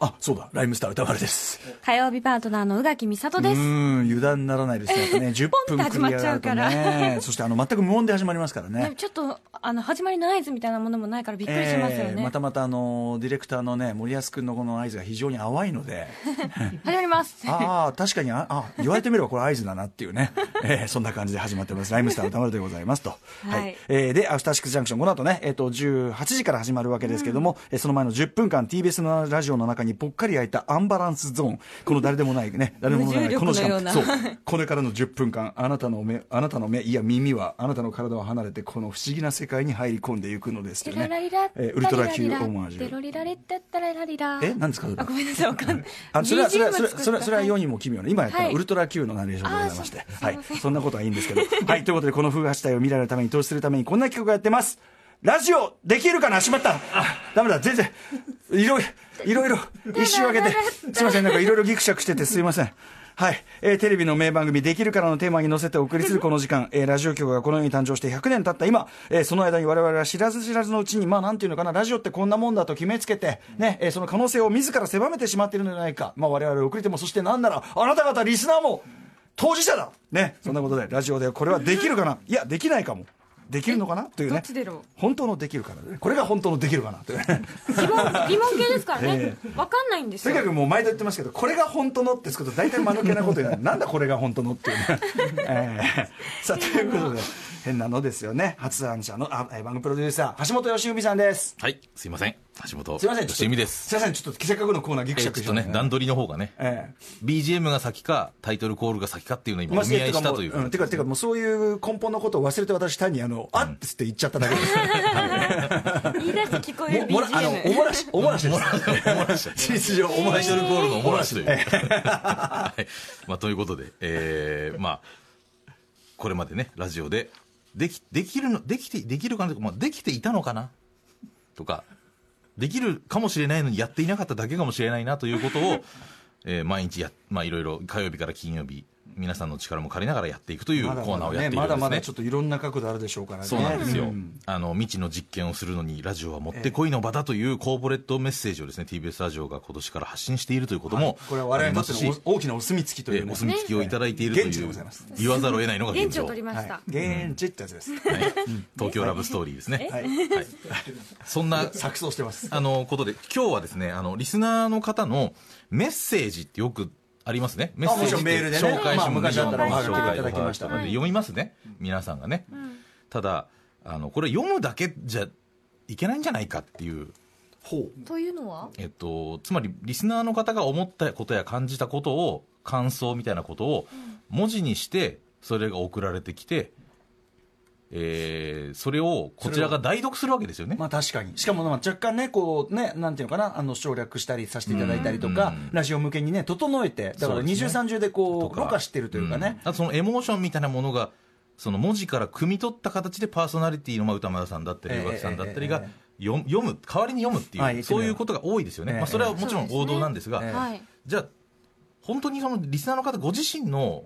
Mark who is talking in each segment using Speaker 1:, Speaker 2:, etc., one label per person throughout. Speaker 1: あそうだライムスター歌丸です
Speaker 2: 火曜日パートナーの宇垣美里
Speaker 1: う
Speaker 2: です。
Speaker 1: ん油断ならないですねやっぱね10
Speaker 2: ポン
Speaker 1: 分
Speaker 2: って
Speaker 1: クリアがあると
Speaker 2: 始まっちゃうか
Speaker 1: ねそしてあの全く無音で始まりますから
Speaker 2: で
Speaker 1: ね
Speaker 2: もちょっと、あの、始まりの合図みたいなものもないからびっくりしますよね。
Speaker 1: えーまたまたあのディレクターのね森保君のこの合図が非常に淡いので
Speaker 2: 始まります。
Speaker 1: ああ確かにああ言われてみればこれ合図だなっていうね、えーそんな感じで始まっておりますライムスター歌丸でございますと、はい
Speaker 2: はい
Speaker 1: えーで「アフターシックスジャンクション」この後ね、えー、と18時から始まるわけですけども、えーその前の10分間 TBS のラジオの中にぽっかり空いたアンバランスゾーンこの誰でもないね誰でもない
Speaker 2: 無重
Speaker 1: この時
Speaker 2: 力のよう
Speaker 1: 間
Speaker 2: な
Speaker 1: そうこれからの10分間あなたの目あなたの目いや耳はあなたの体は離れてこの不思議な世界に入り込んでいくのですと
Speaker 2: テ
Speaker 1: いう
Speaker 2: ロ
Speaker 1: ね
Speaker 2: ラリラ、
Speaker 1: えーウルトラ Q オマージ
Speaker 2: テロ
Speaker 1: ュ
Speaker 2: リラレッタッタララリラ。
Speaker 1: え何ですかそれ
Speaker 2: あ、ごめんなさい、わかんない。
Speaker 1: あそれはそれはそれ
Speaker 2: BGM
Speaker 1: はそれはそれは世にも奇妙な今やったら
Speaker 2: はい
Speaker 1: ウルトラ Q のナレーションでございまして、
Speaker 2: あーそう
Speaker 1: はい
Speaker 2: すいません
Speaker 1: そんなことはいいんです けどはいということでこの風波地帯を未来のために投資するためにこんな企画やってますラジオできるかなしまったダメだ全然いろいろいろいろ一周分けてすいませんなんかいろいろギクシャクしててすいませんはい、えーテレビの名番組「できるから」のテーマに乗せてお送りするこの時間、えーラジオ局がこの世に誕生して100年経った今、えーその間に我々は知らず知らずのうちにまあなんていうのかなラジオってこんなもんだと決めつけて、ねえーその可能性を自ら狭めてしまっているのではないか、まあ、我々を送り手もそしてなんならあなた方リスナーも当事者だねそんなことでラジオでこれはできるかないやできないかもできるのかなという
Speaker 2: どっ
Speaker 1: ね
Speaker 2: ちだろう
Speaker 1: 本当のできるかなこれが本当のできるかなというね
Speaker 2: 疑問、疑問系ですからね。わかんないんです
Speaker 1: とに
Speaker 2: よ
Speaker 1: か。くもう毎度言ってますけどこれが本当のってつくと大体間抜けなことに なるなんだこれが本当のっていうね、 ええさあということで変なのですよね発案者のあえー番組プロデューサー橋本良文さんです
Speaker 3: はい、すいません。橋本。
Speaker 1: すいませんちょっと
Speaker 3: 吉見です。
Speaker 1: すいませんちょっとせっかくのコーナーギク
Speaker 3: え
Speaker 1: シ
Speaker 3: ー
Speaker 1: ャク
Speaker 3: ちょっ
Speaker 1: し
Speaker 3: と
Speaker 1: ま
Speaker 3: ね
Speaker 1: し、た
Speaker 3: 段取りの方がね、
Speaker 1: え
Speaker 3: BGM が先か、タイトルコールが先かっていうのを
Speaker 1: え
Speaker 3: 今、お見合いしたという
Speaker 1: まあ
Speaker 3: か
Speaker 1: てかてかもうそういう根本のことを忘れて私単にあの、あっつって言っちゃっただけ です
Speaker 2: 言い出して聞こえる
Speaker 1: ももらあのお
Speaker 2: BGM。
Speaker 1: もらしおもらしです 事実上おも
Speaker 3: タ
Speaker 1: ら
Speaker 3: イ
Speaker 1: し
Speaker 3: トルコールのおもらし という。はい。まあ、ということで、えー、まあ、これまでね、ラジオで、でき、できるの、できて、できるかなとか、まあ、できていたのかなとか、できるかもしれないのにやっていなかっただけかもしれないなということを、 えー毎日や、まあ、いろいろ火曜日から金曜日、皆さんの力も借りながらやっていくというコ
Speaker 1: まだ
Speaker 3: ー
Speaker 1: ま
Speaker 3: ナー
Speaker 1: だ
Speaker 3: をやっ
Speaker 1: ね
Speaker 3: てい
Speaker 1: まだ
Speaker 3: るんですね
Speaker 1: ま。だちょっといろんな角度あるでしょうからね
Speaker 3: そうなんですよ、
Speaker 1: う
Speaker 3: あの未知の実験をするのにラジオはもってこいの場だというコーポレットメッセージをですね TBS ラジオが今年から発信しているということも
Speaker 1: これは我々
Speaker 3: あ
Speaker 1: に
Speaker 3: り
Speaker 1: と
Speaker 3: ま
Speaker 1: っ
Speaker 3: す
Speaker 1: て
Speaker 3: し
Speaker 1: のお大きなお墨付きと
Speaker 3: え
Speaker 1: いう
Speaker 3: ー
Speaker 1: ね
Speaker 3: お墨付きをいただいていると
Speaker 1: 現地
Speaker 3: い
Speaker 1: で
Speaker 3: う
Speaker 1: ございます
Speaker 3: 言わざるを得ないのが現
Speaker 2: 現地を
Speaker 3: 状
Speaker 2: 取りました
Speaker 1: は。い、現地ってやつです、
Speaker 3: はい東京ラブストーリーですね、
Speaker 1: はい、
Speaker 3: はい、そんな
Speaker 1: 錯綜してます
Speaker 3: あのことで今日はですねあのリスナーの方のメッセージってよくありますねメッセージ
Speaker 1: もちろんメールでね
Speaker 3: 紹介
Speaker 1: まあ
Speaker 3: し
Speaker 1: 昔だったらおはがきでいただきました
Speaker 3: ので読みますね皆さんがね、ただあのこれ読むだけじゃいけないんじゃないかっていう
Speaker 1: ほう
Speaker 2: というのは
Speaker 3: えっと、つまりリスナーの方が思ったことや感じたことを感想みたいなことを文字にしてそれが送られてきて、えーそれをこちらが代読するわけですよね。
Speaker 1: まあ確かにしかもまあ若干ねこうねなんていうのかなあの省略したりさせていただいたりとか
Speaker 3: うん
Speaker 1: ラジオ向けにね整えてだか
Speaker 3: そ
Speaker 1: ら
Speaker 3: う
Speaker 1: 二
Speaker 3: です
Speaker 1: 重
Speaker 3: ね
Speaker 1: 三重でこうろ過してるというかね、
Speaker 3: んあとそのエモーションみたいなものがその文字から汲み取った形でパーソナリティのまあ歌丸さんだったり
Speaker 1: ええ
Speaker 3: 岩木さんだったり
Speaker 1: え
Speaker 3: が読む読む代わりに読むっていう、
Speaker 1: はい言ってみ
Speaker 3: そう
Speaker 1: れば
Speaker 3: いうことが多いですよね、
Speaker 1: ええ
Speaker 3: まあ、それはもちろ
Speaker 2: そうで
Speaker 3: ん
Speaker 2: すね
Speaker 3: 王道なんですが、
Speaker 1: ええ
Speaker 2: はい。
Speaker 3: じゃあ本当にそのリスナーの方ご自身の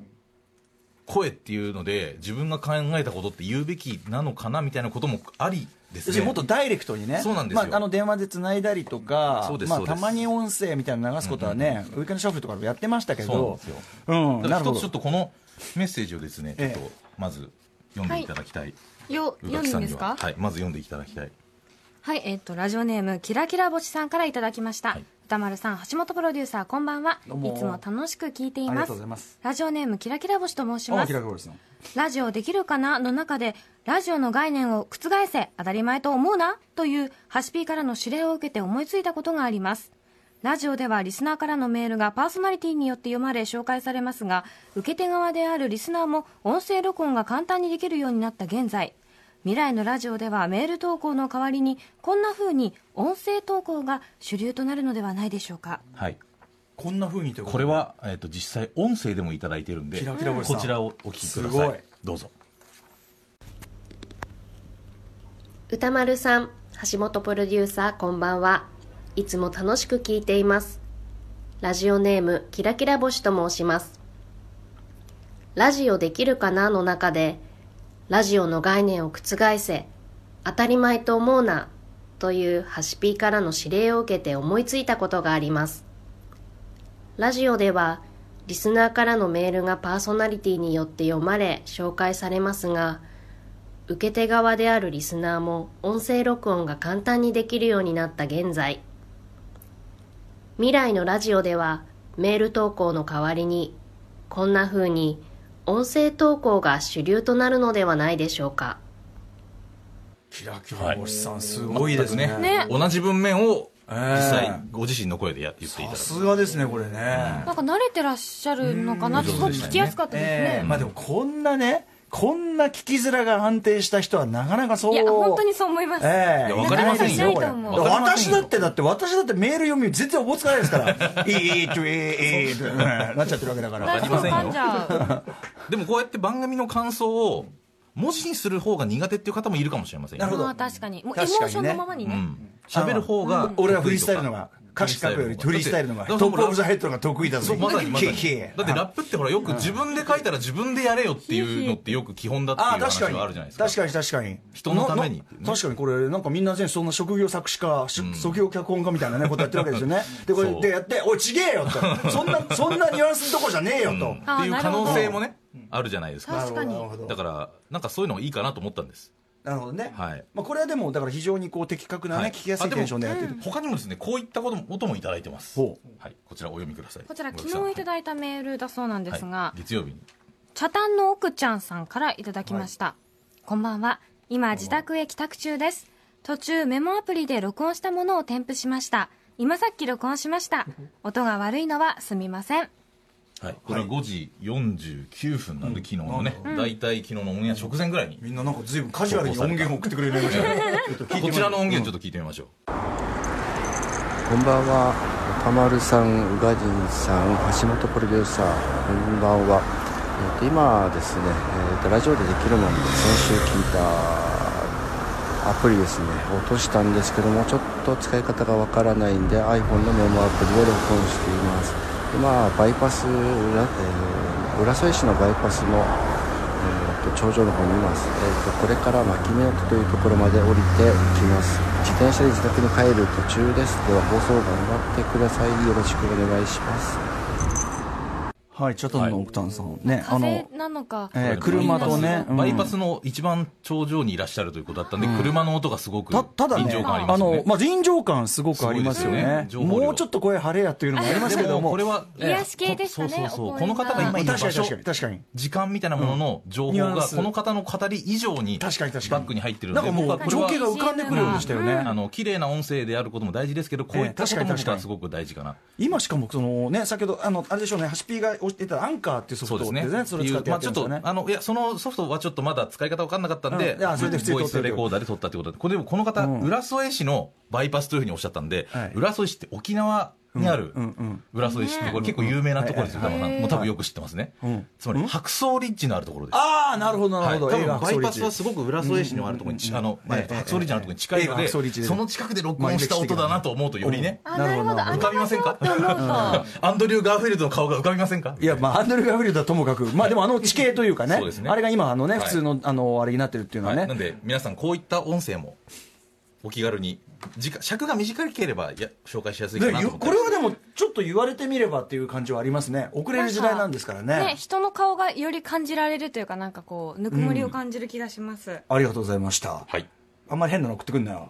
Speaker 3: 声っていうので自分が考えたことって言うべきなのかなみたいなこともありです
Speaker 1: 要す
Speaker 3: ね
Speaker 1: るにもっとダイレクトにね
Speaker 3: そうなんですよ
Speaker 1: まあ、あの電話でつないだりとか
Speaker 3: そうです
Speaker 1: まあ、
Speaker 3: そうで
Speaker 1: た
Speaker 3: す
Speaker 1: まに音声みたいなの流すことはね、ウィークエンドシャッフルとかでもやってましたけ
Speaker 3: そうなん
Speaker 1: ど
Speaker 3: ですよ
Speaker 1: うん
Speaker 3: だか
Speaker 1: なる
Speaker 3: ら一
Speaker 1: ほ
Speaker 3: つちょ
Speaker 1: ど
Speaker 3: っとこのメッセージをですね、
Speaker 1: ええ
Speaker 3: ちょっとまず読んでいただきたい、
Speaker 2: よ、
Speaker 3: 宇
Speaker 2: 読
Speaker 3: 垣
Speaker 2: ん
Speaker 3: さ
Speaker 2: で
Speaker 3: ん
Speaker 2: で
Speaker 3: に
Speaker 2: す
Speaker 3: は
Speaker 2: か
Speaker 3: はいまず読んでいただきたい
Speaker 2: はい、えっ、と、ラジオネーム、キラキラ星さんからいただきました。
Speaker 3: はい
Speaker 2: 歌丸さん、橋本プロデューサー、こんばんは。い
Speaker 1: どうも
Speaker 2: つも楽しく聞いて
Speaker 1: あり
Speaker 2: い
Speaker 1: が
Speaker 2: ます
Speaker 1: とうございます
Speaker 2: ラジオネーム、キラキラ星と申し
Speaker 1: あ
Speaker 2: ま
Speaker 1: キ
Speaker 2: す
Speaker 1: ラ。キラですの
Speaker 2: ラジオできるかなの中で、ラジオの概念を覆せ、当たり前と思うな、という、ハシピーからの指令を受けて思いついたことがあります。ラジオではリスナーからのメールがパーソナリティによって読まれ紹介されますが、受け手側であるリスナーも音声録音が簡単にできるようになった現在、未来のラジオではメール投稿の代わりに、こんな風に音声投稿が主流となるのではないでしょうか。
Speaker 3: はい
Speaker 1: こんなふうにというと
Speaker 3: これは、えっと実際音声でもいただいてるんで
Speaker 1: キラキラ星さん
Speaker 3: こちらをお聞きく
Speaker 1: す
Speaker 3: だ
Speaker 1: ご
Speaker 3: さ
Speaker 1: い
Speaker 3: いどうぞ
Speaker 4: 歌丸さん、橋本プロデューサー、こんばんは。いつも楽しく聞いています。ラジオネーム、キラキラ星と申します。ラジオできるかなの中で、ラジオの概念を覆せ、当たり前と思うな、というハシピーからの指令を受けて思いついたことがあります。ラジオではリスナーからのメールがパーソナリティによって読まれ紹介されますが、受け手側であるリスナーも音声録音が簡単にできるようになった現在、未来のラジオではメール投稿の代わりにこんな風に音声投稿が主流となるのではないでしょうか。
Speaker 1: キラキラ星さん、すごいですね。
Speaker 3: 全く
Speaker 2: ね
Speaker 3: 同じ文面を実
Speaker 1: え
Speaker 3: 際
Speaker 1: え
Speaker 3: ご自身の声でや言っていた
Speaker 1: さ
Speaker 3: だ
Speaker 1: す
Speaker 3: く
Speaker 1: がですね、これね。
Speaker 2: なんか慣れてらっしゃるのかなって、
Speaker 3: うん
Speaker 2: すごく聞きやすかったです
Speaker 1: ええ
Speaker 2: ね。
Speaker 1: まあでもこんなね、こんな聞きづらが安定した人はなかなかそう。
Speaker 2: いや、本当にそう思います。
Speaker 1: ええ
Speaker 3: いやわかりませんよ
Speaker 2: なかなかいないと思
Speaker 3: う
Speaker 1: だから私だってだって私だってメール読み全然おぼつかないですから「いいいいちょいいいいいい」なっちゃってるわけだか
Speaker 2: な
Speaker 1: ら
Speaker 2: んか
Speaker 3: わかりませんよ
Speaker 2: 噛んじゃう
Speaker 3: でもこうやって番組の感想を文字にする方が苦手っていう方もいるかもしれませんよ
Speaker 1: なるほど
Speaker 2: まあ確かに。もうエモ
Speaker 1: 確かにね
Speaker 2: ーションのままに
Speaker 3: う
Speaker 2: ね。
Speaker 3: ん喋る方が
Speaker 1: 俺はフリースタイルのが歌詞書くよりフリースタイルのがトップオブザヘッドのが得意だぞ
Speaker 3: そうまさにまさに
Speaker 1: ヒーヒー
Speaker 3: だってラップってほらよく自分で書いたら自分でやれよっていうのってよく基本だっていう
Speaker 1: ああ確
Speaker 3: 話
Speaker 1: かに
Speaker 3: があるじゃないですか
Speaker 1: 確かに確かに
Speaker 3: 人のためにってね
Speaker 1: なな確かにこれなんかみんな全そんな職業作詞家、し職業脚本家みたいなねことやってるわけです よねでこ
Speaker 3: そ
Speaker 1: れ
Speaker 3: う
Speaker 1: でやって「おいちげえよ」と「そん なそんなニュアンスのとこじゃねえよ」と
Speaker 3: っていう可能性もねあるじゃないですか
Speaker 2: 確かに
Speaker 1: なるほどなるほど
Speaker 3: だからなんかそういうのがいいかなと思ったんです
Speaker 1: なるほどね、
Speaker 3: はい
Speaker 1: まあ、これはでもだから非常にこう的確なね、
Speaker 3: はい
Speaker 1: 聞きやすいテンションでやってる、
Speaker 3: 他にもですねこういったことも音もいただいてます
Speaker 1: ほう
Speaker 3: はいこちらお読みください
Speaker 2: こちら昨日いた
Speaker 3: い
Speaker 2: だいたメールだそうなんですが、
Speaker 3: 月曜日に
Speaker 2: 茶炭の奥ちゃんさんからいただきました、こんばんは今自宅へ帰宅中です途中メモアプリで録音したものを添付しました今さっき録音しました音が悪いのはすみません
Speaker 3: はい、これは5時49分なんで、昨日のね、大体昨日のオンエア直前ぐ らいに、
Speaker 1: みんななんか随分カジュアルに音源を送ってくれるようになりましたね
Speaker 3: こちらの音源ちょっと聞いてみましょう、
Speaker 5: こんばんは、歌丸さん、宇賀神さん、橋本プロデューサー、こんばんは。えーと今ですね、えーとラジオでできるもんで先週聞いたアプリですね、落としたんですけども、ちょっと使い方がわからないんで、iPhone のメモアプリで録音しています。今、バイパス、浦,、えー浦添市のバイパスの、えーと頂上の方にいます、えーとこれから牧目奥というところまで降りていきます自転車で自宅に帰る途中ですでは放送頑張ってくださいよろしくお願いします
Speaker 1: はいチャタンの奥丹さんね、あ
Speaker 2: 風
Speaker 1: の
Speaker 2: なのか
Speaker 1: えー
Speaker 3: これ
Speaker 1: 車とね
Speaker 3: バイパ
Speaker 1: うん
Speaker 3: スの一番頂上にいらっしゃるということだったんで、車の音がすごく
Speaker 1: たただね
Speaker 3: 臨場感あり
Speaker 1: あ
Speaker 3: ますよね
Speaker 1: の、まあ、臨場感すごくありますよね
Speaker 3: すごいですよね情報量
Speaker 1: もうちょっと声晴れやというのもありますけ
Speaker 3: で
Speaker 1: ど
Speaker 3: も
Speaker 1: も
Speaker 3: これは
Speaker 2: 癒やし系でしたね
Speaker 3: そうそう
Speaker 2: お
Speaker 3: そう
Speaker 2: 声
Speaker 3: この方が今いる場
Speaker 1: 確かに
Speaker 3: 所
Speaker 1: 確かに確かに
Speaker 3: 時間みたいなものの情報
Speaker 1: ニュアン
Speaker 3: が
Speaker 1: ス
Speaker 3: この方の語り以上にバ
Speaker 1: 確かに確かに
Speaker 3: ックに入ってる
Speaker 1: な
Speaker 3: の
Speaker 1: ん
Speaker 3: で
Speaker 1: かもう
Speaker 3: 僕はこれ
Speaker 1: 情
Speaker 3: は
Speaker 1: 景が浮かんでくるようでしたよね、
Speaker 3: あの綺麗な音声であることも大事ですけどこういったこと
Speaker 1: ええ確かに
Speaker 3: も
Speaker 1: 確かに
Speaker 3: すごく大事かな
Speaker 1: 今しかもそのね先ほどあのあれでしょうねハシピーがおってたアンカーっていうソ
Speaker 3: そ
Speaker 1: フ
Speaker 3: うで
Speaker 1: ト
Speaker 3: す
Speaker 1: で
Speaker 3: ね
Speaker 1: すねそれを使ってやってるんですよ
Speaker 3: ま
Speaker 1: ね
Speaker 3: あ、ちょっとあのいやそのソフトはちょっとまだ使い方わかんなかったんで、
Speaker 1: うんいやそれで普通に
Speaker 3: ボイ
Speaker 1: 撮って
Speaker 3: ス
Speaker 1: る
Speaker 3: レコーダーで撮ったってことでこれでもこの方、
Speaker 1: ん
Speaker 3: 浦添市のバイパスというふうにおっしゃったんで、
Speaker 1: はい
Speaker 3: 浦添市って沖縄にある
Speaker 1: うんうん
Speaker 3: 浦添市ってこれ結構有名なところですよ、多分もう多分よく知ってますね、
Speaker 1: ん
Speaker 3: つまり白草リッジのあるところです
Speaker 1: ああなるほどな
Speaker 3: は
Speaker 1: る
Speaker 3: い、
Speaker 1: ほ
Speaker 3: 多
Speaker 1: ど、映画
Speaker 3: 分バイパスは
Speaker 1: ス
Speaker 3: すごく浦添市のあるところに、あの、えー白草リッジのあるところに近いの
Speaker 1: ええ白
Speaker 3: で、
Speaker 1: 草リッジでね
Speaker 3: その近くで録音した音だなと思うとよりね、
Speaker 2: あなるほど
Speaker 1: なるほど
Speaker 2: あ
Speaker 3: 浮かびませんか
Speaker 2: って思うと
Speaker 3: アンドリュー・ガーフィールドの顔が浮かびませんか
Speaker 1: いやまあアンドリュー・ガーフィールドはともかくまあでもあの地形というかね
Speaker 3: そうですね
Speaker 1: あれが今あのね、
Speaker 3: はい
Speaker 1: 普通のあのあれになってるっていうのはね、
Speaker 3: はい、なんで皆さんこういった音声もお気軽に時間尺が短ければや紹介しやすいか
Speaker 1: で
Speaker 3: なと
Speaker 1: ゆ
Speaker 3: 思って
Speaker 1: これはでもちょっと言われてみればっていう感じはありますね遅れる時代なんですからね
Speaker 2: ね人の顔がより感じられるというかなんかこうぬくもりを感じる気がします、
Speaker 1: ありがとうございました
Speaker 3: はい
Speaker 1: あんまり変なの送ってくんなよ